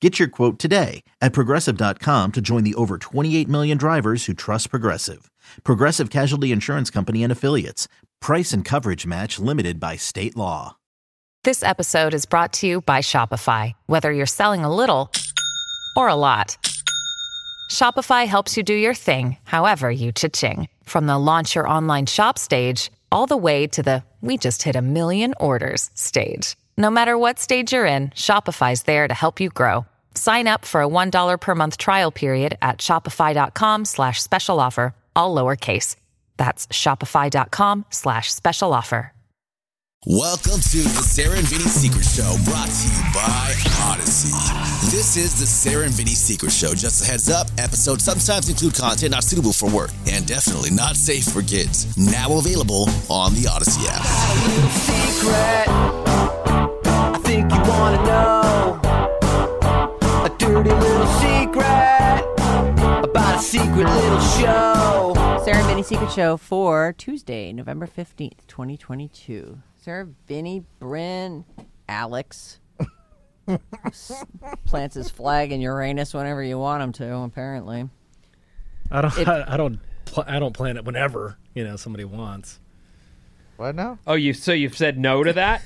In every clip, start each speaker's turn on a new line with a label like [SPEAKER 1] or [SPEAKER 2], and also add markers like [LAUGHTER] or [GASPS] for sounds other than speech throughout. [SPEAKER 1] Get your quote today at progressive.com to join the over 28 million drivers who trust Progressive. Progressive Casualty Insurance Company and Affiliates. Price and coverage match limited by state law.
[SPEAKER 2] This episode is brought to you by Shopify. Whether you're selling a little or a lot, Shopify helps you do your thing, however you cha-ching. From the launch your online shop stage, all the way to the we just hit a million orders stage. No matter what stage you're in, Shopify's there to help you grow. Sign up for a $1 per month trial period at shopify.com slash special offer, all lowercase. That's shopify.com slash special offer.
[SPEAKER 3] Welcome to the Sarah and Vinny Secret Show, brought to you by Odyssey. This is the Sarah and Vinny Secret Show. Just a heads up, episodes sometimes include content not suitable for work and definitely not safe for kids. Now available on the Odyssey app.
[SPEAKER 4] secret. I think you wanna know a dirty little secret about a secret little show.
[SPEAKER 5] Sarah Vinny Secret Show for Tuesday, November 15th, 2022. Sarah Vinny, Bryn,
[SPEAKER 6] [LAUGHS]
[SPEAKER 5] Alex. S- plants his flag in Uranus whenever you want him to, apparently.
[SPEAKER 7] I don't. [LAUGHS] I, I don't. Pl- I don't plan it whenever you know somebody wants.
[SPEAKER 6] What now?
[SPEAKER 8] Oh, you so you've said no to
[SPEAKER 6] [LAUGHS]
[SPEAKER 8] that?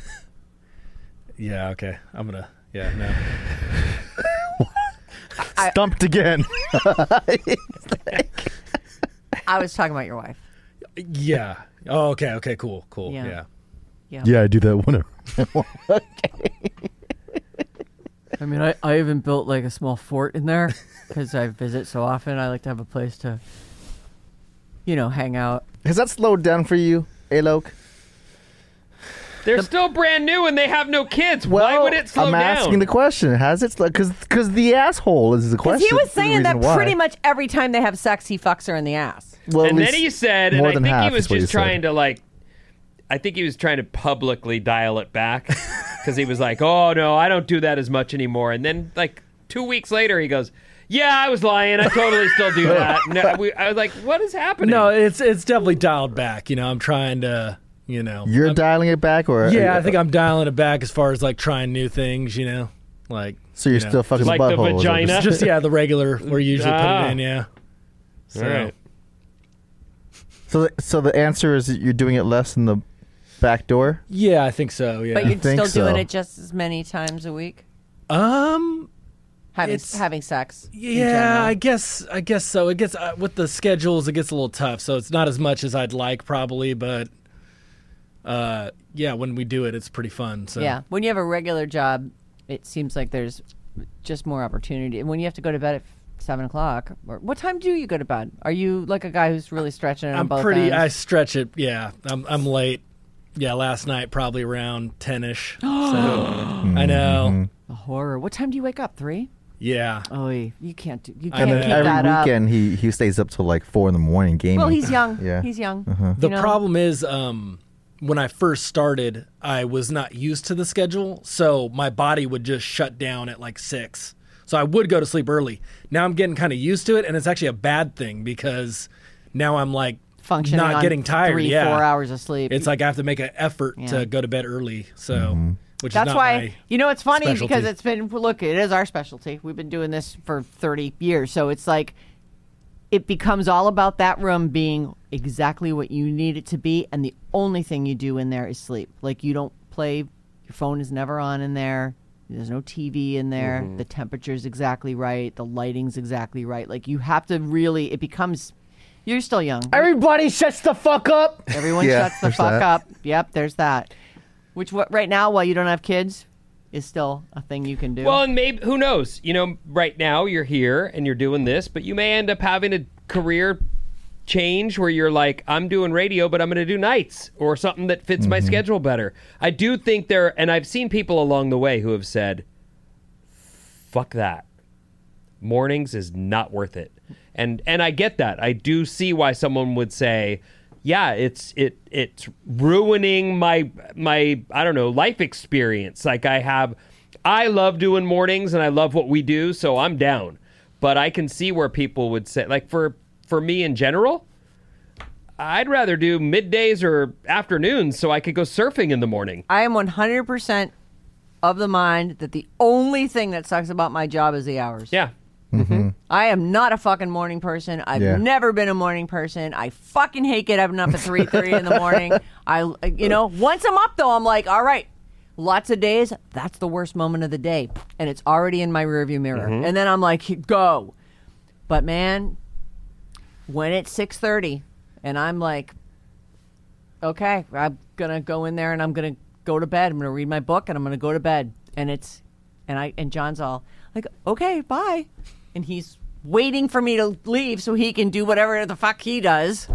[SPEAKER 7] Yeah. Okay. I'm gonna. Yeah. No. [LAUGHS]
[SPEAKER 6] Stumped again.
[SPEAKER 5] I was talking about your wife.
[SPEAKER 7] Yeah. Oh. Okay. Okay. Cool. Cool.
[SPEAKER 5] Yeah.
[SPEAKER 7] Yeah.
[SPEAKER 6] yeah, I do that whenever.
[SPEAKER 5] I mean, I, I even built like a small fort in [LAUGHS] there because I visit so often. I like to have a place to, you know, hang out.
[SPEAKER 6] Has that slowed down for you, Alok?
[SPEAKER 8] They're still brand new and they have no kids. Why would it slow
[SPEAKER 6] I'm
[SPEAKER 8] down?
[SPEAKER 6] asking the question. Has it slowed? Because because the asshole is the question.
[SPEAKER 5] He was
[SPEAKER 6] is the
[SPEAKER 5] saying that
[SPEAKER 6] reason why.
[SPEAKER 5] pretty much every time they have sex, he fucks her in the ass.
[SPEAKER 6] Well, at
[SPEAKER 8] and then
[SPEAKER 6] least
[SPEAKER 8] he said, and
[SPEAKER 6] more
[SPEAKER 8] I
[SPEAKER 6] than
[SPEAKER 8] think
[SPEAKER 6] half
[SPEAKER 8] he was
[SPEAKER 6] is what
[SPEAKER 8] just
[SPEAKER 6] said.
[SPEAKER 8] trying to like. I think he was trying to publicly dial it
[SPEAKER 6] [LAUGHS]
[SPEAKER 8] back because he was like, "Oh no, I don't do that as much anymore." And then like two weeks later, he goes, "Yeah, I was lying. I totally still
[SPEAKER 6] [LAUGHS]
[SPEAKER 8] do that." No, we, I was like, "What is happening?"
[SPEAKER 7] No. It's it's definitely dialed back. You know. I'm trying to. You know.
[SPEAKER 6] You're
[SPEAKER 8] Um,
[SPEAKER 7] I'm-
[SPEAKER 6] dialing it back, or
[SPEAKER 7] yeah. I think I'm dialing it back as far as like trying new things. You know. Like.
[SPEAKER 6] So you're
[SPEAKER 7] you know,
[SPEAKER 6] still fucking
[SPEAKER 8] Like the
[SPEAKER 6] butthole. is it?
[SPEAKER 8] vagina?
[SPEAKER 7] Just yeah. The regular. We're usually
[SPEAKER 8] Ah.
[SPEAKER 7] putting in. Yeah. So,
[SPEAKER 8] All right.
[SPEAKER 6] So so the answer is that you're doing it less in the back door.
[SPEAKER 7] Yeah. I think so. Yeah.
[SPEAKER 5] But you're
[SPEAKER 6] think
[SPEAKER 5] still doing
[SPEAKER 6] so.
[SPEAKER 5] it just as many times a week?
[SPEAKER 7] um.
[SPEAKER 5] having
[SPEAKER 7] It's-
[SPEAKER 5] having sex. in
[SPEAKER 7] Yeah, I
[SPEAKER 5] general.
[SPEAKER 7] guess I guess so. It gets uh, with the schedules, it gets a little tough. So it's not as much as I'd like probably, but uh, yeah, when we do it, it's pretty fun. So
[SPEAKER 5] yeah. When you have a regular job, it seems like there's just more opportunity. And when you have to go to bed at seven o'clock, or what time do you go to bed? Are you like a guy who's really stretching it on
[SPEAKER 7] I'm
[SPEAKER 5] both
[SPEAKER 7] pretty. I
[SPEAKER 5] ends?
[SPEAKER 7] stretch it. Yeah, I'm I'm late. Yeah, last night probably around ten ish.
[SPEAKER 5] [GASPS]
[SPEAKER 7] So I know.
[SPEAKER 5] A horror. What time do you wake up? Three.
[SPEAKER 7] Yeah,
[SPEAKER 5] Oh, you can't do. You can't
[SPEAKER 6] And then
[SPEAKER 5] keep
[SPEAKER 6] every
[SPEAKER 5] that up.
[SPEAKER 6] weekend he he stays up till like four in the morning gaming.
[SPEAKER 5] Well, he's young.
[SPEAKER 6] Yeah. Uh-huh.
[SPEAKER 5] He's young.
[SPEAKER 7] The
[SPEAKER 5] you know?
[SPEAKER 7] problem is, um, when I first started, I was not used to the schedule, so my body would just shut down at like six. So I would go to sleep early. Now I'm getting kind of used to it, and it's actually a bad thing because now I'm like
[SPEAKER 5] Functioning
[SPEAKER 7] not
[SPEAKER 5] on
[SPEAKER 7] getting tired.
[SPEAKER 5] Three,
[SPEAKER 7] yeah,
[SPEAKER 5] four hours of sleep.
[SPEAKER 7] It's like I have to make an effort to go to bed early. So, which
[SPEAKER 5] That's
[SPEAKER 7] is not
[SPEAKER 5] why
[SPEAKER 7] my-
[SPEAKER 5] you know it's funny because
[SPEAKER 7] specialty.
[SPEAKER 5] it's been look, it is our specialty. We've been doing this for 30 years, so it's like it becomes all about that room being exactly what you need it to be and the only thing you do in there is sleep. Like you don't play your phone is never on in there. There's no TV in there.
[SPEAKER 7] Mm-hmm.
[SPEAKER 5] The temperature's exactly right. The lighting's exactly right. Like you have to really it becomes you're still young.
[SPEAKER 9] Everybody shuts the fuck up.
[SPEAKER 5] Everyone
[SPEAKER 6] Yeah,
[SPEAKER 5] shuts the
[SPEAKER 6] there's
[SPEAKER 5] fuck
[SPEAKER 6] that.
[SPEAKER 5] up. Yep, there's that. Which what, right now, while you don't have kids, is still a thing you can do.
[SPEAKER 8] Well, and maybe who knows? You know, right now you're here and you're doing this, but you may end up having a career change where you're like, I'm doing radio, but I'm going to do nights or something that fits my schedule better. I do think there, and I've seen people along the way who have said, "Fuck that, mornings is not worth it," and and I get that. I do see why someone would say. yeah, it's it it's ruining my my I don't know life experience. Like I have, I love doing mornings and I love what we do, so I'm down. But I can see where people would say, like for for me in general, I'd rather do middays or afternoons so I could go surfing in the morning.
[SPEAKER 5] I am 100% of the mind that the only thing that sucks about my job is the hours.
[SPEAKER 8] Yeah,
[SPEAKER 5] I am not a fucking morning person. I've
[SPEAKER 6] Yeah.
[SPEAKER 5] never been a morning person. I fucking hate getting up at three thirty in the morning. I, you know, once I'm up though, I'm like, all right. Lots of days, that's the worst moment of the day, and it's already in my rearview mirror. And then I'm like, go. But man, when it's six thirty, and I'm like, okay, I'm gonna go in there and I'm gonna go to bed. I'm gonna read my book and I'm gonna go to bed. And it's and I and John's all like, okay, bye. And he's waiting for me to leave so he can do whatever the fuck he does.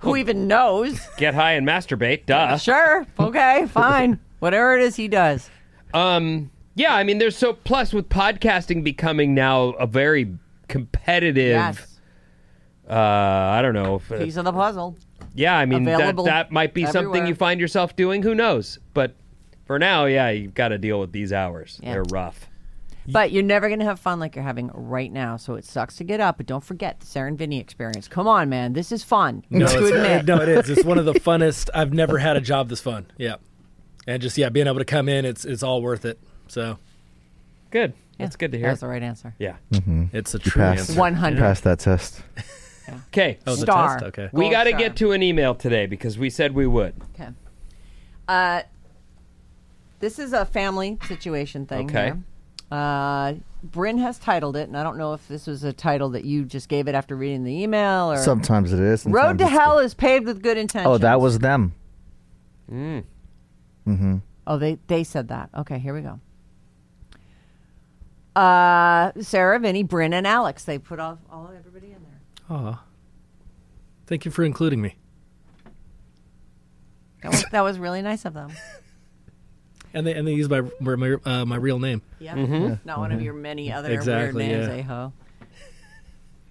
[SPEAKER 5] Who even
[SPEAKER 8] [LAUGHS]
[SPEAKER 5] knows?
[SPEAKER 8] get high and masturbate. Duh.
[SPEAKER 5] sure, okay, fine. Whatever it is he does.
[SPEAKER 8] Um, yeah, I mean, there's so plus with podcasting becoming now a very competitive.
[SPEAKER 5] Yes.
[SPEAKER 8] Uh, I don't know. If, uh,
[SPEAKER 5] Piece of the puzzle.
[SPEAKER 8] yeah, I mean that
[SPEAKER 5] available
[SPEAKER 8] that might be something
[SPEAKER 5] everywhere.
[SPEAKER 8] you find yourself doing. Who knows? But for now, yeah, you've got to deal with these hours.
[SPEAKER 5] Yeah.
[SPEAKER 8] They're rough.
[SPEAKER 5] But you're never going to have fun like you're having right now. So it sucks to get up, but don't forget the Sarah and Vinny experience. Come on, man. This is fun.
[SPEAKER 7] [LAUGHS] No,
[SPEAKER 5] to
[SPEAKER 7] it's,
[SPEAKER 5] admit.
[SPEAKER 7] [LAUGHS] no, it is. It's one
[SPEAKER 5] [LAUGHS]
[SPEAKER 7] of the funnest. I've never had a job this fun. Yeah, and just yeah, being able to come in, it's it's all worth it. So
[SPEAKER 8] Good. That's good to hear.
[SPEAKER 5] That's the right answer.
[SPEAKER 8] Yeah.
[SPEAKER 7] it's a true
[SPEAKER 6] Pass.
[SPEAKER 7] answer.
[SPEAKER 5] 100.
[SPEAKER 6] Pass that test.
[SPEAKER 8] Okay.
[SPEAKER 7] Oh, the
[SPEAKER 5] Star.
[SPEAKER 7] test. Okay.
[SPEAKER 8] we
[SPEAKER 5] Gold
[SPEAKER 8] got to
[SPEAKER 5] star.
[SPEAKER 8] get to an email today because we said we would.
[SPEAKER 5] Okay. Uh, this is a family situation thing.
[SPEAKER 8] Okay.
[SPEAKER 5] here. Uh, Bryn has titled it, and I don't know if this was a title that you just gave it after reading the email or.
[SPEAKER 6] Sometimes it is.
[SPEAKER 5] Road
[SPEAKER 6] sometimes
[SPEAKER 5] to
[SPEAKER 6] it's-
[SPEAKER 5] Hell is paved with good intentions.
[SPEAKER 6] Oh, that was them.
[SPEAKER 5] Oh, they they said that. Okay, here we go. Uh, Sarah, Vinny, Bryn, and Alex. They put all, all everybody in there.
[SPEAKER 7] Thank you for including me.
[SPEAKER 5] That was, that was really nice of them.
[SPEAKER 7] And they and they use my my, uh, my real name.
[SPEAKER 5] Yeah. Not one of your many other
[SPEAKER 7] Mm-hmm. Exactly,
[SPEAKER 5] weird names,
[SPEAKER 7] yeah.
[SPEAKER 5] eh ho.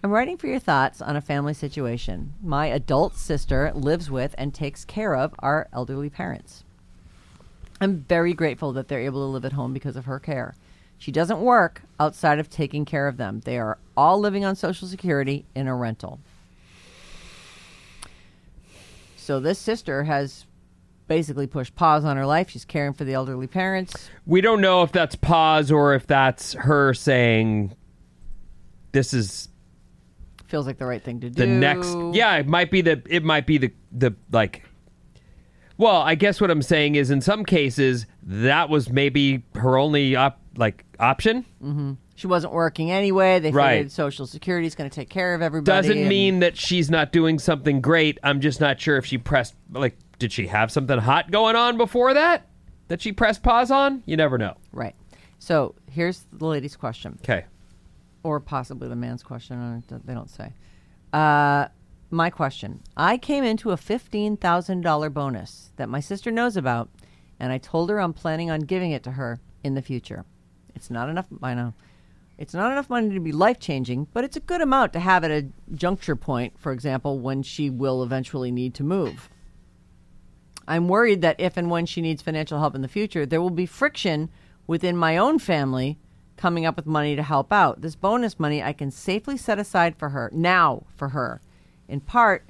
[SPEAKER 5] I'm writing for your thoughts on a family situation. My adult sister lives with and takes care of our elderly parents. I'm very grateful that they're able to live at home because of her care. She doesn't work outside of taking care of them. They are all living on Social Security in a rental. So this sister has basically pushed pause on her life. She's caring for the elderly parents.
[SPEAKER 8] We don't know if that's pause or if that's her saying this is
[SPEAKER 5] Feels like the right thing to do.
[SPEAKER 8] the next yeah it might be the it might be the the like well i guess what i'm saying is in some cases that was maybe her only op, like option
[SPEAKER 5] She wasn't working anyway. They
[SPEAKER 8] Right.
[SPEAKER 5] figured Social Security is going to take care of everybody.
[SPEAKER 8] doesn't
[SPEAKER 5] and-
[SPEAKER 8] mean that she's not doing something great i'm just not sure if she pressed like did she have something hot going on before that that she pressed pause on you never know
[SPEAKER 5] right. So here's the lady's question,
[SPEAKER 8] okay
[SPEAKER 5] or possibly the man's question. I don't- They don't say. Uh, my question: I came into a fifteen thousand dollar bonus that my sister knows about, and I told her I'm planning on giving it to her in the future. It's not enough. I know. It's not enough money to be life changing, but it's a good amount to have at a juncture point, for example, when she will eventually need to move. I'm worried that if and when she needs financial help in the future, there will be friction within my own family coming up with money to help out. This bonus money I can safely set aside for her now for her. In part,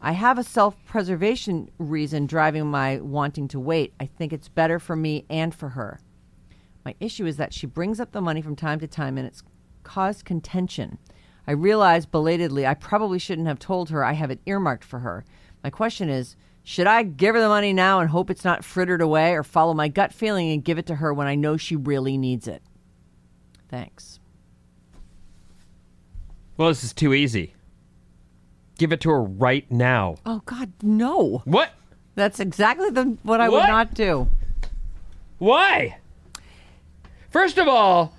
[SPEAKER 5] I have a self preservation reason driving my wanting to wait. I think it's better for me and for her. My issue is that she brings up the money from time to time and it's caused contention. I realize belatedly I probably shouldn't have told her I have it earmarked for her. My question is should I give her the money now and hope it's not frittered away or follow my gut feeling and give it to her when I know she really needs it? Thanks.
[SPEAKER 8] well this is too easy give it to her right now
[SPEAKER 5] Oh, God, no.
[SPEAKER 8] what
[SPEAKER 5] That's exactly the, what I
[SPEAKER 8] What?
[SPEAKER 5] would not do.
[SPEAKER 8] Why? First of all,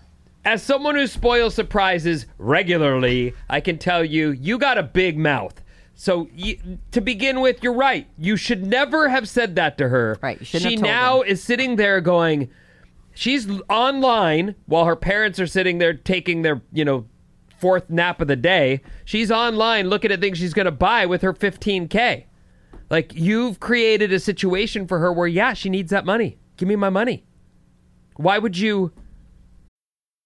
[SPEAKER 8] as someone who spoils surprises regularly, I can tell you, you got a big mouth. So you, to begin with, you're right. You should never have said that to her.
[SPEAKER 5] Right, you shouldn't
[SPEAKER 8] She
[SPEAKER 5] have told
[SPEAKER 8] now
[SPEAKER 5] her.
[SPEAKER 8] is sitting there going, she's online while her parents are sitting there taking their, you know, fourth nap of the day. She's online looking at things she's going to buy with her 15K. Like you've created a situation for her where yeah, she needs that money. Give me my money. Why would you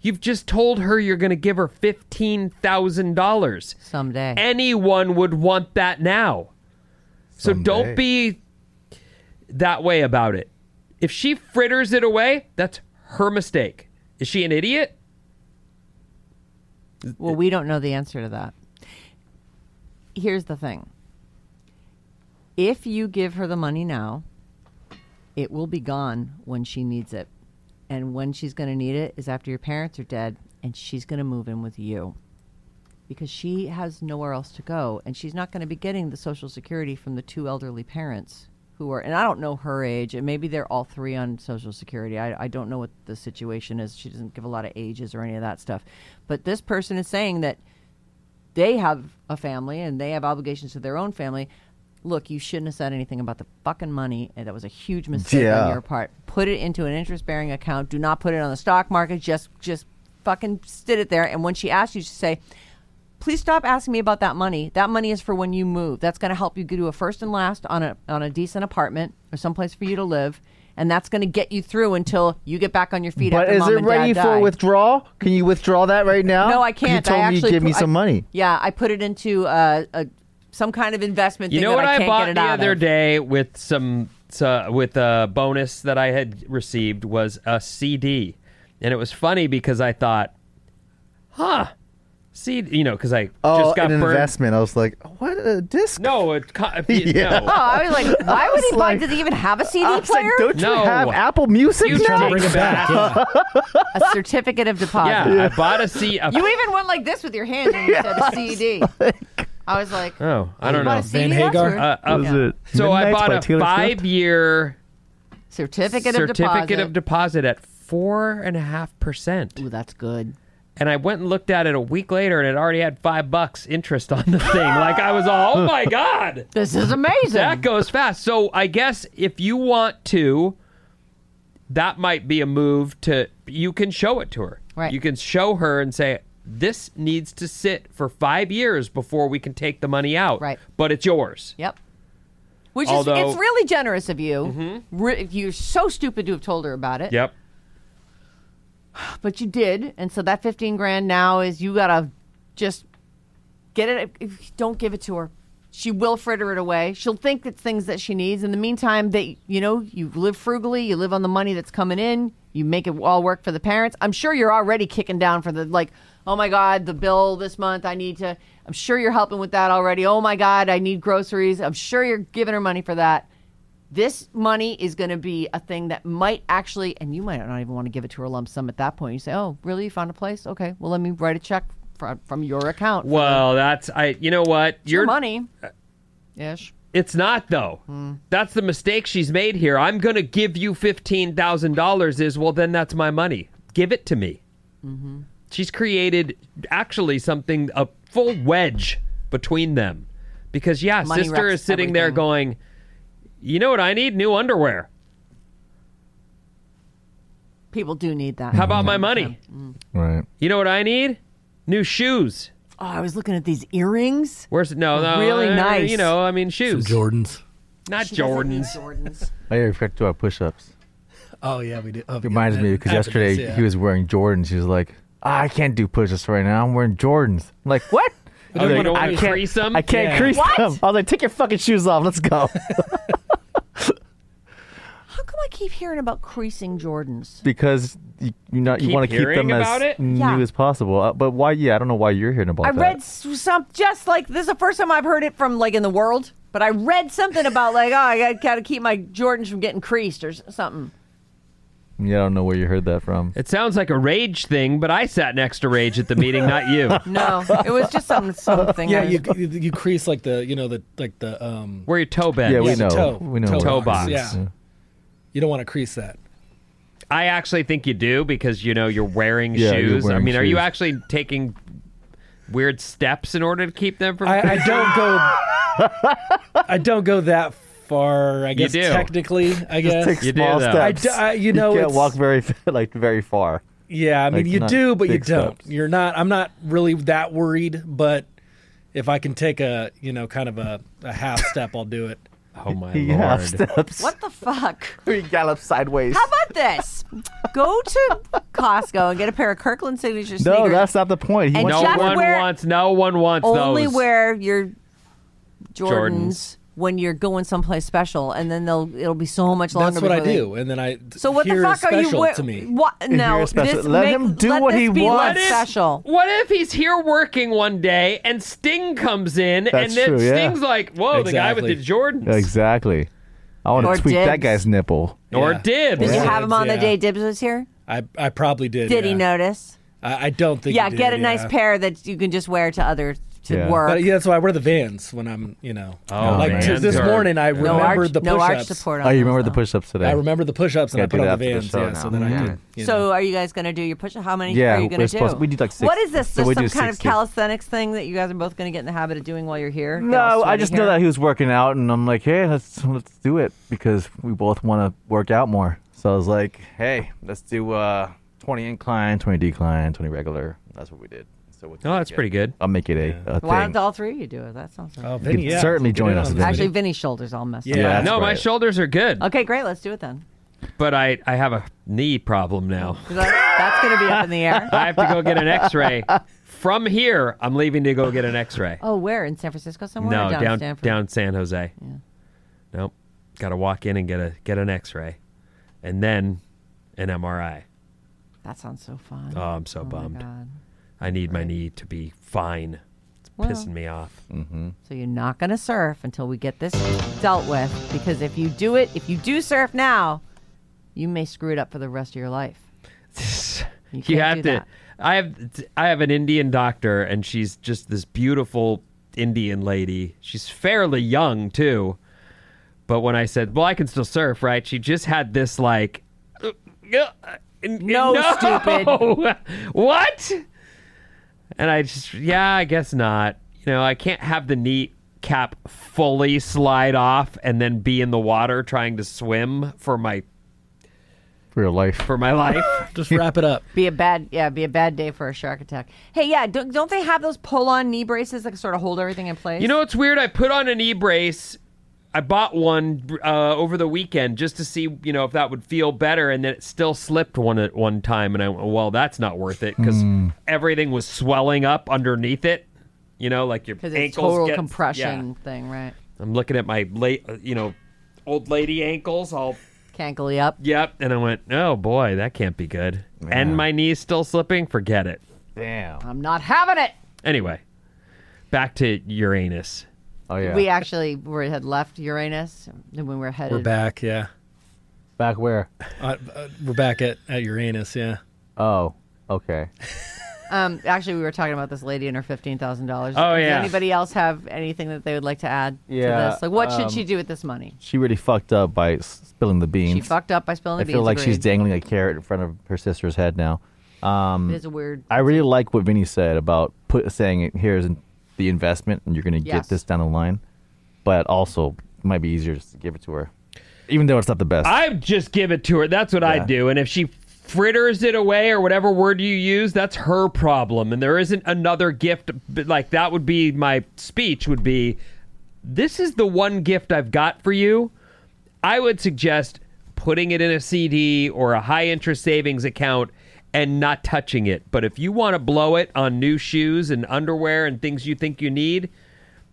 [SPEAKER 8] You've just told her you're going to give her $15,000.
[SPEAKER 5] Someday.
[SPEAKER 8] Anyone would want that now. So don't be that way about it. If she fritters it away, that's her mistake. Is she an idiot?
[SPEAKER 5] Well, we don't know the answer to that. Here's the thing if you give her the money now, it will be gone when she needs it. And when she's going to need it is after your parents are dead and she's going to move in with you because she has nowhere else to go and she's not going to be getting the social security from the two elderly parents who are and i don't know her age and maybe they're all three on social security i, I don't know what the situation is she doesn't give a lot of ages or any of that stuff but this person is saying that they have a family and they have obligations to their own family look you shouldn't have said anything about the fucking money and that was a huge mistake on
[SPEAKER 6] Yeah.
[SPEAKER 5] your part put it into an interest bearing account do not put it on the stock market just just fucking sit it there and when she asks you she say please stop asking me about that money. That money is for when you move. That's going to help you do a first and last on a on a decent apartment or someplace for you to live, and that's going to get you through until you get back on your feet.
[SPEAKER 6] But
[SPEAKER 5] after
[SPEAKER 6] is
[SPEAKER 5] mom
[SPEAKER 6] it
[SPEAKER 5] and
[SPEAKER 6] ready
[SPEAKER 5] dad
[SPEAKER 6] for
[SPEAKER 5] die.
[SPEAKER 6] withdrawal? Can you withdraw that right now?
[SPEAKER 5] No, I
[SPEAKER 6] 'Cause
[SPEAKER 5] can't.
[SPEAKER 6] You told
[SPEAKER 5] I
[SPEAKER 6] me
[SPEAKER 5] actually
[SPEAKER 6] you give me
[SPEAKER 5] put-
[SPEAKER 6] some
[SPEAKER 5] I-
[SPEAKER 6] money.
[SPEAKER 5] Yeah, I put it into uh, a some kind of investment.
[SPEAKER 8] You
[SPEAKER 5] thing
[SPEAKER 8] know
[SPEAKER 5] that
[SPEAKER 8] what
[SPEAKER 5] I,
[SPEAKER 8] I,
[SPEAKER 5] can't
[SPEAKER 8] bought
[SPEAKER 5] get it
[SPEAKER 8] the
[SPEAKER 5] out
[SPEAKER 8] other
[SPEAKER 5] of.
[SPEAKER 8] day with some so- with a bonus that I had received was a CD, and it was funny because I thought, huh, CD, you know, because I
[SPEAKER 6] Oh,
[SPEAKER 8] just got
[SPEAKER 6] an
[SPEAKER 8] burned.
[SPEAKER 6] investment. I was like, what a disc.
[SPEAKER 8] No,
[SPEAKER 6] [LAUGHS]
[SPEAKER 8] it, co-
[SPEAKER 6] Yeah.
[SPEAKER 5] Oh,
[SPEAKER 8] no.
[SPEAKER 5] I was like,
[SPEAKER 6] [LAUGHS]
[SPEAKER 5] why would
[SPEAKER 6] was
[SPEAKER 5] he buy?
[SPEAKER 6] like-
[SPEAKER 5] Does he even have a CD
[SPEAKER 6] I was like,
[SPEAKER 5] player?
[SPEAKER 6] don't you
[SPEAKER 8] No.
[SPEAKER 6] have Apple Music
[SPEAKER 8] You
[SPEAKER 6] now?
[SPEAKER 8] take
[SPEAKER 7] Bring it back. Yeah.
[SPEAKER 6] [LAUGHS]
[SPEAKER 5] a certificate of deposit.
[SPEAKER 8] Yeah, I bought a CD.
[SPEAKER 5] You even went like this with your hand when you
[SPEAKER 6] [LAUGHS]
[SPEAKER 5] said a CD. I was like,
[SPEAKER 8] oh, I don't
[SPEAKER 5] bought
[SPEAKER 8] know.
[SPEAKER 5] a CD?
[SPEAKER 7] Hagar?
[SPEAKER 5] That's weird.
[SPEAKER 8] Uh, uh,
[SPEAKER 6] Is it
[SPEAKER 8] so I
[SPEAKER 6] Midnights
[SPEAKER 8] bought
[SPEAKER 6] by
[SPEAKER 8] a
[SPEAKER 6] Taylor Swift?
[SPEAKER 8] five-year
[SPEAKER 5] certificate,
[SPEAKER 8] certificate
[SPEAKER 5] of deposit.
[SPEAKER 8] of deposit at four and a half percent,
[SPEAKER 5] Ooh, that's good.
[SPEAKER 8] and I went and looked at it a week later, and it already had five bucks interest on
[SPEAKER 5] [LAUGHS]
[SPEAKER 8] the thing. like I was all, oh my god.
[SPEAKER 5] This is amazing.
[SPEAKER 8] That goes fast. So I guess if you want to, that might be a move to you can show it to her.
[SPEAKER 5] Right.
[SPEAKER 8] You can show her and say, This needs to sit for five years before we can take the money out.
[SPEAKER 5] Right.
[SPEAKER 8] But it's yours.
[SPEAKER 5] Yep. Which is
[SPEAKER 8] Although- Mm-hmm.
[SPEAKER 5] it's really generous of you. Re- you're so stupid to have told her about it.
[SPEAKER 8] Yep.
[SPEAKER 5] But you did, and so that fifteen grand now is you gotta just get it. if- Don't give it to her. She will fritter it away. She'll think it's things that she needs. In the meantime, that you know you live frugally. You live on the money that's coming in. You make it all work for the parents. I'm sure you're already kicking down for the like. Oh my God, the bill this month. I need to. I'm sure you're helping with that already. Oh my God, I need groceries. I'm sure you're giving her money for that this money is going to be a thing that might actually, and you might not even want to give it to her lump sum at that point. You say, "Oh, really? You found a place? Okay, well, let me write a check from, from your account." for
[SPEAKER 8] Well, that's I you know what?
[SPEAKER 5] your
[SPEAKER 8] You're
[SPEAKER 5] money, Hmm. ish.
[SPEAKER 8] It's not though. That's the mistake she's made here. I'm gonna give you fifteen thousand dollars. Is well, then that's my money. Give it to me.
[SPEAKER 5] Mm-hmm.
[SPEAKER 8] She's created actually something a full wedge between them, because yeah,
[SPEAKER 5] Money
[SPEAKER 8] sister
[SPEAKER 5] wrecks
[SPEAKER 8] is sitting there
[SPEAKER 5] everything.
[SPEAKER 8] going, you know what I need? New underwear.
[SPEAKER 5] People do need that.
[SPEAKER 8] How about my money?
[SPEAKER 6] Right.
[SPEAKER 8] You know what I need? New shoes.
[SPEAKER 5] Oh, I was looking at these earrings.
[SPEAKER 8] Where's no no
[SPEAKER 5] Really
[SPEAKER 8] uh,
[SPEAKER 5] nice.
[SPEAKER 8] You know, I mean shoes,
[SPEAKER 7] Jordans.
[SPEAKER 8] not Jordans.
[SPEAKER 5] Jordans.
[SPEAKER 6] I gotta forgot to do our push-ups.
[SPEAKER 7] Oh yeah, we did. Oh,
[SPEAKER 6] It reminds
[SPEAKER 7] yeah,
[SPEAKER 6] me
[SPEAKER 7] that-
[SPEAKER 6] because
[SPEAKER 7] after
[SPEAKER 6] yesterday
[SPEAKER 7] this, yeah.
[SPEAKER 8] [LAUGHS]
[SPEAKER 6] he was wearing Jordans. He was like, "Ah, I can't do push-ups right now. I'm wearing Jordans. I'm like, what? I was
[SPEAKER 8] You
[SPEAKER 6] like,
[SPEAKER 8] don't wanna
[SPEAKER 6] I can't
[SPEAKER 8] crease 'em?
[SPEAKER 6] I can't
[SPEAKER 8] Yeah.
[SPEAKER 6] crease
[SPEAKER 8] What?
[SPEAKER 6] them. I was like, take your fucking shoes off. Let's go.
[SPEAKER 5] [LAUGHS]
[SPEAKER 6] [LAUGHS]
[SPEAKER 5] How come I keep hearing about creasing Jordans?
[SPEAKER 6] because you, you not you
[SPEAKER 5] Keep
[SPEAKER 6] want to keep
[SPEAKER 5] hearing
[SPEAKER 6] them
[SPEAKER 5] about
[SPEAKER 6] as
[SPEAKER 5] it?
[SPEAKER 6] new
[SPEAKER 5] Yeah.
[SPEAKER 6] as possible. Uh, but why? Yeah, I don't know why you're hearing about
[SPEAKER 5] I
[SPEAKER 6] that.
[SPEAKER 5] read s- some just like this is the first time I've heard it from like in the world, but I read something about like oh I gotta keep my Jordans from getting creased or s- something.
[SPEAKER 6] Yeah, I don't know where you heard that from.
[SPEAKER 8] It sounds like a rage thing, but I sat next to Rage at the meeting, not you.
[SPEAKER 5] No, it was just some something.
[SPEAKER 7] yeah,
[SPEAKER 5] I-
[SPEAKER 7] you, you you crease like the you know the like the um
[SPEAKER 8] where your toe bends.
[SPEAKER 7] Yeah,
[SPEAKER 8] Yeah, we
[SPEAKER 7] the
[SPEAKER 8] know.
[SPEAKER 7] toe,
[SPEAKER 8] We know
[SPEAKER 7] toe,
[SPEAKER 8] where it
[SPEAKER 7] box.
[SPEAKER 8] is,
[SPEAKER 7] Yeah.
[SPEAKER 8] yeah.
[SPEAKER 7] you don't want to crease that.
[SPEAKER 8] I actually think you do because you know you're wearing
[SPEAKER 7] Yeah, you're
[SPEAKER 8] shoes. I
[SPEAKER 7] wearing
[SPEAKER 8] mean, are you
[SPEAKER 7] shoes.
[SPEAKER 8] actually taking weird steps in order to keep them from?
[SPEAKER 7] I, I don't go. I don't go that far. I
[SPEAKER 8] You
[SPEAKER 7] guess
[SPEAKER 8] do.
[SPEAKER 7] technically, I
[SPEAKER 6] Just
[SPEAKER 7] guess
[SPEAKER 6] take small
[SPEAKER 7] I
[SPEAKER 6] steps.
[SPEAKER 7] d- I- you know,
[SPEAKER 6] can't
[SPEAKER 7] it's-
[SPEAKER 6] walk very [LAUGHS] fa- like very far.
[SPEAKER 7] Yeah, I mean,
[SPEAKER 6] Like,
[SPEAKER 7] you
[SPEAKER 6] not
[SPEAKER 7] do, but you
[SPEAKER 6] big
[SPEAKER 7] don't.
[SPEAKER 6] steps.
[SPEAKER 7] You're not. I'm not really that worried, but if I can take a, you know, kind of a, a half step, I'll do it.
[SPEAKER 8] Oh my
[SPEAKER 6] Yeah, [LAUGHS] half lord. steps.
[SPEAKER 5] What the fuck?
[SPEAKER 6] [LAUGHS] We gallop sideways.
[SPEAKER 5] How about this? Go to Costco and get a pair of Kirkland signature
[SPEAKER 6] no,
[SPEAKER 5] sneakers.
[SPEAKER 6] that's not the point. He
[SPEAKER 5] And
[SPEAKER 6] wants
[SPEAKER 5] just
[SPEAKER 6] to
[SPEAKER 5] wear-
[SPEAKER 8] [LAUGHS] No one wants. No one wants
[SPEAKER 5] Only
[SPEAKER 8] those.
[SPEAKER 5] wear your Jordans,
[SPEAKER 8] Jordans.
[SPEAKER 5] when you're going someplace special, and then they'll it'll be so much longer.
[SPEAKER 7] That's what I
[SPEAKER 5] before they-
[SPEAKER 7] do, and then I.
[SPEAKER 5] So what the
[SPEAKER 7] here is
[SPEAKER 5] fuck are you?
[SPEAKER 7] special
[SPEAKER 5] wear-
[SPEAKER 7] to me?
[SPEAKER 5] What? No, this make- let this be less
[SPEAKER 8] What if-
[SPEAKER 5] Special.
[SPEAKER 8] What if he's here working one day and Sting comes in
[SPEAKER 6] That's
[SPEAKER 8] and then
[SPEAKER 6] true, yeah.
[SPEAKER 8] Sting's like, "Whoa, the guy with the
[SPEAKER 6] Exactly.
[SPEAKER 8] Jordans."
[SPEAKER 6] Exactly. I want
[SPEAKER 5] Or
[SPEAKER 6] to tweak that
[SPEAKER 5] dibs.
[SPEAKER 6] guy's nipple.
[SPEAKER 8] Or dibs.
[SPEAKER 5] Did you have him on
[SPEAKER 7] yeah.
[SPEAKER 5] the day Dibs was here?
[SPEAKER 7] I I probably did.
[SPEAKER 5] Did
[SPEAKER 7] yeah.
[SPEAKER 5] he notice?
[SPEAKER 7] I, I don't think.
[SPEAKER 5] yeah,
[SPEAKER 7] he did,
[SPEAKER 5] get a nice
[SPEAKER 7] yeah.
[SPEAKER 5] pair that you can just wear to other to
[SPEAKER 7] Yeah.
[SPEAKER 5] work.
[SPEAKER 7] But yeah, that's why I wear the Vans when I'm, you know,
[SPEAKER 6] Oh,
[SPEAKER 7] like t-
[SPEAKER 6] Vans
[SPEAKER 7] this
[SPEAKER 6] are-
[SPEAKER 7] morning I
[SPEAKER 6] No
[SPEAKER 7] remembered
[SPEAKER 5] arch-
[SPEAKER 7] the
[SPEAKER 5] no
[SPEAKER 7] push-ups.
[SPEAKER 5] arch support
[SPEAKER 6] Oh, you remember the push-ups today?
[SPEAKER 7] I remember the push-ups and I
[SPEAKER 6] Gotta
[SPEAKER 7] put
[SPEAKER 6] do
[SPEAKER 7] on
[SPEAKER 6] it
[SPEAKER 7] the
[SPEAKER 6] after the
[SPEAKER 7] Vans,
[SPEAKER 6] show
[SPEAKER 7] yeah,
[SPEAKER 6] now.
[SPEAKER 7] so then I
[SPEAKER 6] Yeah.
[SPEAKER 7] could. you know.
[SPEAKER 5] So are you guys going to do your push? How many
[SPEAKER 6] Yeah,
[SPEAKER 5] are you going
[SPEAKER 6] we're
[SPEAKER 5] to do?
[SPEAKER 6] supposed- we did like six,
[SPEAKER 5] What is this?
[SPEAKER 6] so
[SPEAKER 5] There's
[SPEAKER 6] we
[SPEAKER 5] some
[SPEAKER 6] do
[SPEAKER 5] kind of
[SPEAKER 6] 60.
[SPEAKER 5] calisthenics thing that you guys are both going to get in the habit of doing while you're here? Get all
[SPEAKER 6] No, I
[SPEAKER 5] sweaty
[SPEAKER 6] just
[SPEAKER 5] here?
[SPEAKER 6] know that he was working out, and I'm like, hey, let's let's do it because we both want to work out more. So I was like, hey, let's do uh, 20 incline, 20 decline, 20 regular. That's what we did. So
[SPEAKER 8] Oh, that's pretty good.
[SPEAKER 6] I'll make it a, a
[SPEAKER 5] Why
[SPEAKER 6] thing.
[SPEAKER 5] don't all three of you do it? That sounds. Oh,
[SPEAKER 6] Vinny, could yeah. certainly join us, Vinny.
[SPEAKER 5] Actually, Vinny's shoulders all messed
[SPEAKER 6] Yeah,
[SPEAKER 5] up.
[SPEAKER 6] that's
[SPEAKER 8] no, my
[SPEAKER 6] right.
[SPEAKER 8] shoulders are good,
[SPEAKER 5] Okay, great. Let's do it then.
[SPEAKER 8] but I I have a knee problem now.
[SPEAKER 5] 'Cause that- that's going to be up in the
[SPEAKER 8] [LAUGHS]
[SPEAKER 5] air.
[SPEAKER 8] I have to go get an X-ray. From here, I'm leaving to go get an X-ray.
[SPEAKER 5] Oh, where in San Francisco somewhere?
[SPEAKER 8] no,
[SPEAKER 5] or down,
[SPEAKER 8] down
[SPEAKER 5] Stanford?
[SPEAKER 8] down San Jose. Nope. Got to walk in and get a get an X-ray, and then an MRI.
[SPEAKER 5] That sounds so fun.
[SPEAKER 8] Oh, I'm so
[SPEAKER 5] my
[SPEAKER 8] bummed.
[SPEAKER 5] God.
[SPEAKER 8] I need my knee to be fine. It's
[SPEAKER 5] Well.
[SPEAKER 8] pissing me off. Mm-hmm.
[SPEAKER 5] So you're not going to surf until we get this dealt with, because if you do it, if you do surf now, you may screw it up for the rest of your
[SPEAKER 8] [LAUGHS]
[SPEAKER 5] life.
[SPEAKER 8] You,
[SPEAKER 5] can't
[SPEAKER 8] have
[SPEAKER 5] do
[SPEAKER 8] to.
[SPEAKER 5] that.
[SPEAKER 8] I have I have an Indian doctor, and she's just this beautiful Indian lady. She's fairly young too. But when I said, "Well, I can still surf," right? She just had this like, "Uh, no,
[SPEAKER 5] No, stupid.
[SPEAKER 8] [LAUGHS] what? And I just, yeah, I guess not. You know, I can't have the knee cap fully slide off and then be in the water trying to swim for my
[SPEAKER 6] for your life.
[SPEAKER 8] For my life.
[SPEAKER 7] Just wrap
[SPEAKER 6] [LAUGHS]
[SPEAKER 7] it up.
[SPEAKER 5] Be a bad yeah, be a bad day for a shark attack. Hey, yeah, don't, don't they have those pull-on knee braces that sort of hold everything in place?
[SPEAKER 8] You know what's weird? I put on a knee brace. I bought one uh, over the weekend just to see, you know, if that would feel better, and then it still slipped one at one time, and I went, "Well, that's not worth it," because
[SPEAKER 6] Hmm.
[SPEAKER 8] everything was swelling up underneath it. You know, like your
[SPEAKER 5] because
[SPEAKER 8] ankles
[SPEAKER 5] it's total
[SPEAKER 8] get-
[SPEAKER 5] compression thing, right?
[SPEAKER 8] yeah. I'm looking at my late, you know, old lady ankles. All
[SPEAKER 5] Cankly up.
[SPEAKER 8] yep, and I went, "Oh boy, that can't be good." And my knee's still slipping. Forget it.
[SPEAKER 6] Damn.
[SPEAKER 5] I'm not having it.
[SPEAKER 8] Anyway, back to Uranus.
[SPEAKER 6] Oh
[SPEAKER 5] We actually were had left Uranus and we were headed.
[SPEAKER 7] We're back, yeah.
[SPEAKER 6] Back where?
[SPEAKER 7] Uh, uh, we're back at, at Uranus, yeah.
[SPEAKER 6] Oh, okay.
[SPEAKER 5] Um, actually, we were talking about this lady and her fifteen thousand dollars.
[SPEAKER 6] Oh, yeah.
[SPEAKER 5] Does anybody else have anything that they would like to add
[SPEAKER 6] Yeah,
[SPEAKER 5] to this? Like, what should she
[SPEAKER 6] um,
[SPEAKER 5] do with this money?
[SPEAKER 6] She really fucked up by s- spilling the beans.
[SPEAKER 5] She fucked up by spilling
[SPEAKER 6] I
[SPEAKER 5] the
[SPEAKER 6] feel
[SPEAKER 5] beans,
[SPEAKER 6] like she's
[SPEAKER 5] agreed.
[SPEAKER 6] dangling a carrot in front of her sister's head now. Um,
[SPEAKER 5] It is a weird-
[SPEAKER 6] I really like what Vinny said about put saying it, here's in- the investment and you're going to
[SPEAKER 8] Yes.
[SPEAKER 6] get this down the line, but also it might be easier just to give it to her, even though it's not the best.
[SPEAKER 8] I just give it to her. That's what I do. And if she fritters it away or whatever word you use, that's her problem. And there isn't another gift. but, Like that would be my speech. Would be this is the one gift I've got for you. I would suggest putting it in a CD or a high interest savings account and not touching it. But if you want to blow it on new shoes and underwear and things you think you need,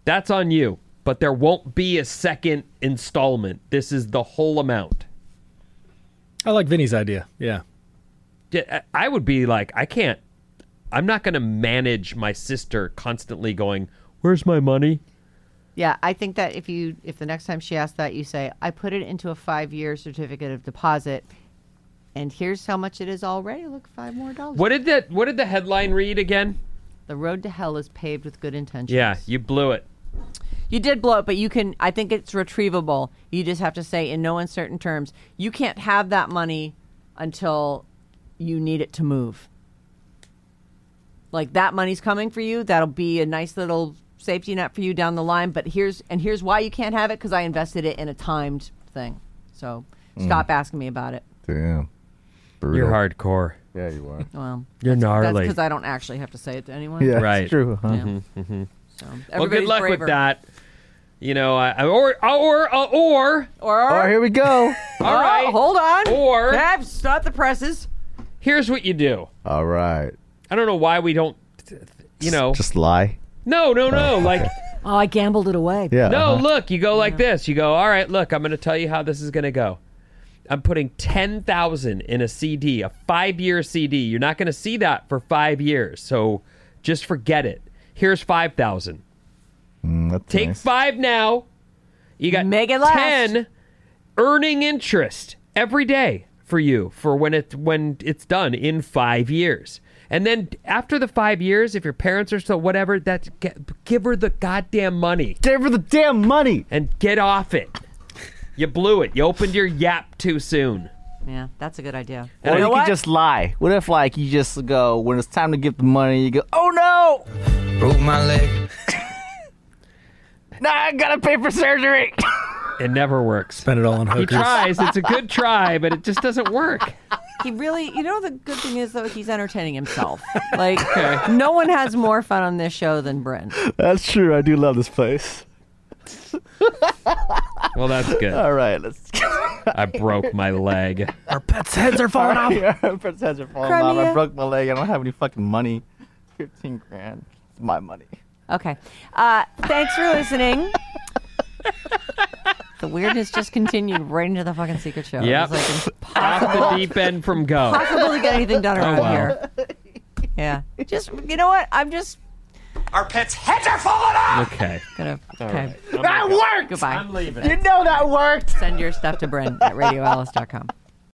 [SPEAKER 8] that's on you. But there won't be a second installment. This is the whole amount.
[SPEAKER 7] I like Vinny's idea. Yeah.
[SPEAKER 8] Yeah, I I would be like, I can't. I'm not going to manage my sister constantly going, "Where's my money?"
[SPEAKER 5] Yeah, I think that if you if the next time she asks that, you say, "I put it into a five year certificate of deposit, and here's how much it is already. Look, five more dollars.
[SPEAKER 8] What did that? What did the headline read again?
[SPEAKER 5] The road to hell is paved with good intentions.
[SPEAKER 8] Yeah, you blew it.
[SPEAKER 5] You did blow it, but you can. I think it's retrievable. You just have to say in no uncertain terms, you can't have that money until you need it to move. Like that money's coming for you. That'll be a nice little safety net for you down the line. But here's and here's why you can't have it because I invested it in a timed thing. So
[SPEAKER 6] Mm.
[SPEAKER 5] stop asking me about it.
[SPEAKER 6] Damn. Brutal.
[SPEAKER 8] You're hardcore.
[SPEAKER 6] [LAUGHS] Yeah, you are.
[SPEAKER 5] Well,
[SPEAKER 8] You're
[SPEAKER 5] That's
[SPEAKER 8] gnarly.
[SPEAKER 5] because I don't actually have to say it to anyone.
[SPEAKER 6] Yeah,
[SPEAKER 8] Right.
[SPEAKER 6] It's true. Huh?
[SPEAKER 8] Mhm, mhm.
[SPEAKER 5] So,
[SPEAKER 8] well, good
[SPEAKER 5] everybody's
[SPEAKER 8] luck
[SPEAKER 5] braver.
[SPEAKER 8] with that. You know, I, I- or uh, or or or.
[SPEAKER 5] Or oh,
[SPEAKER 6] here we go.
[SPEAKER 8] All right,
[SPEAKER 5] hold on.
[SPEAKER 8] Or
[SPEAKER 5] Fab, stop the presses.
[SPEAKER 8] Here's what you do.
[SPEAKER 6] [LAUGHS] All right.
[SPEAKER 8] I don't know why we don't. You know,
[SPEAKER 6] Just lie.
[SPEAKER 8] no,
[SPEAKER 6] [LAUGHS]
[SPEAKER 8] no, no. Like
[SPEAKER 5] Oh, I gambled it away.
[SPEAKER 6] Yeah.
[SPEAKER 8] No,
[SPEAKER 6] uh-huh.
[SPEAKER 8] look, you go like this. You go, all right, look, I'm going to tell you how this is going to go. I'm putting 10,000 in a CD, a 5-year CD. You're not going to see that for 5 years. So just forget it. Here's 5,000.
[SPEAKER 6] Mm, that's
[SPEAKER 8] Take
[SPEAKER 6] nice.
[SPEAKER 8] 5 now. You got
[SPEAKER 5] Make it last.
[SPEAKER 8] 10 earning interest every day for you for when it when it's done in 5 years. And then after the 5 years, if your parents are still whatever, that's give her the goddamn money
[SPEAKER 6] Give her the damn money.
[SPEAKER 8] and get off it. You blew it. You opened your yap too soon.
[SPEAKER 5] Yeah, that's a good idea.
[SPEAKER 6] or
[SPEAKER 8] And I-
[SPEAKER 6] you could just lie. What if, like, you just go when it's time to give the money, you go, "Oh no,
[SPEAKER 4] Broke my leg.
[SPEAKER 6] [LAUGHS] now I gotta pay for surgery." [LAUGHS]
[SPEAKER 8] It never works.
[SPEAKER 7] Spend it all on
[SPEAKER 8] He
[SPEAKER 7] hookers.
[SPEAKER 8] tries. It's a good try, but it just doesn't work.
[SPEAKER 5] He really, you know, the good thing is though he's entertaining himself. [LAUGHS] Like no one has more fun on this show than Brent.
[SPEAKER 6] that's true. I do love this place.
[SPEAKER 8] Well, that's good.
[SPEAKER 6] All right, let's. [LAUGHS]
[SPEAKER 8] I broke my leg.
[SPEAKER 7] Our pets' heads are falling off.
[SPEAKER 6] Yeah, Prince has your phone off. I
[SPEAKER 5] Crimea.
[SPEAKER 6] broke my leg. I don't have any fucking money. Fifteen grand. It's my money.
[SPEAKER 5] Okay, uh, thanks for listening. the weirdness just continued right into the fucking secret show.
[SPEAKER 8] Yep.
[SPEAKER 5] It was like
[SPEAKER 8] Off the deep end from go.
[SPEAKER 5] impossible to get anything done around
[SPEAKER 8] Oh, wow.
[SPEAKER 5] here. Yeah, just you know what? I'm just
[SPEAKER 4] Our pets' heads are falling off.
[SPEAKER 8] Okay.
[SPEAKER 5] gonna okay.
[SPEAKER 6] That worked.
[SPEAKER 5] Goodbye.
[SPEAKER 8] leaving.
[SPEAKER 6] You know that worked.
[SPEAKER 5] Send your stuff to Brent at radioalice.com.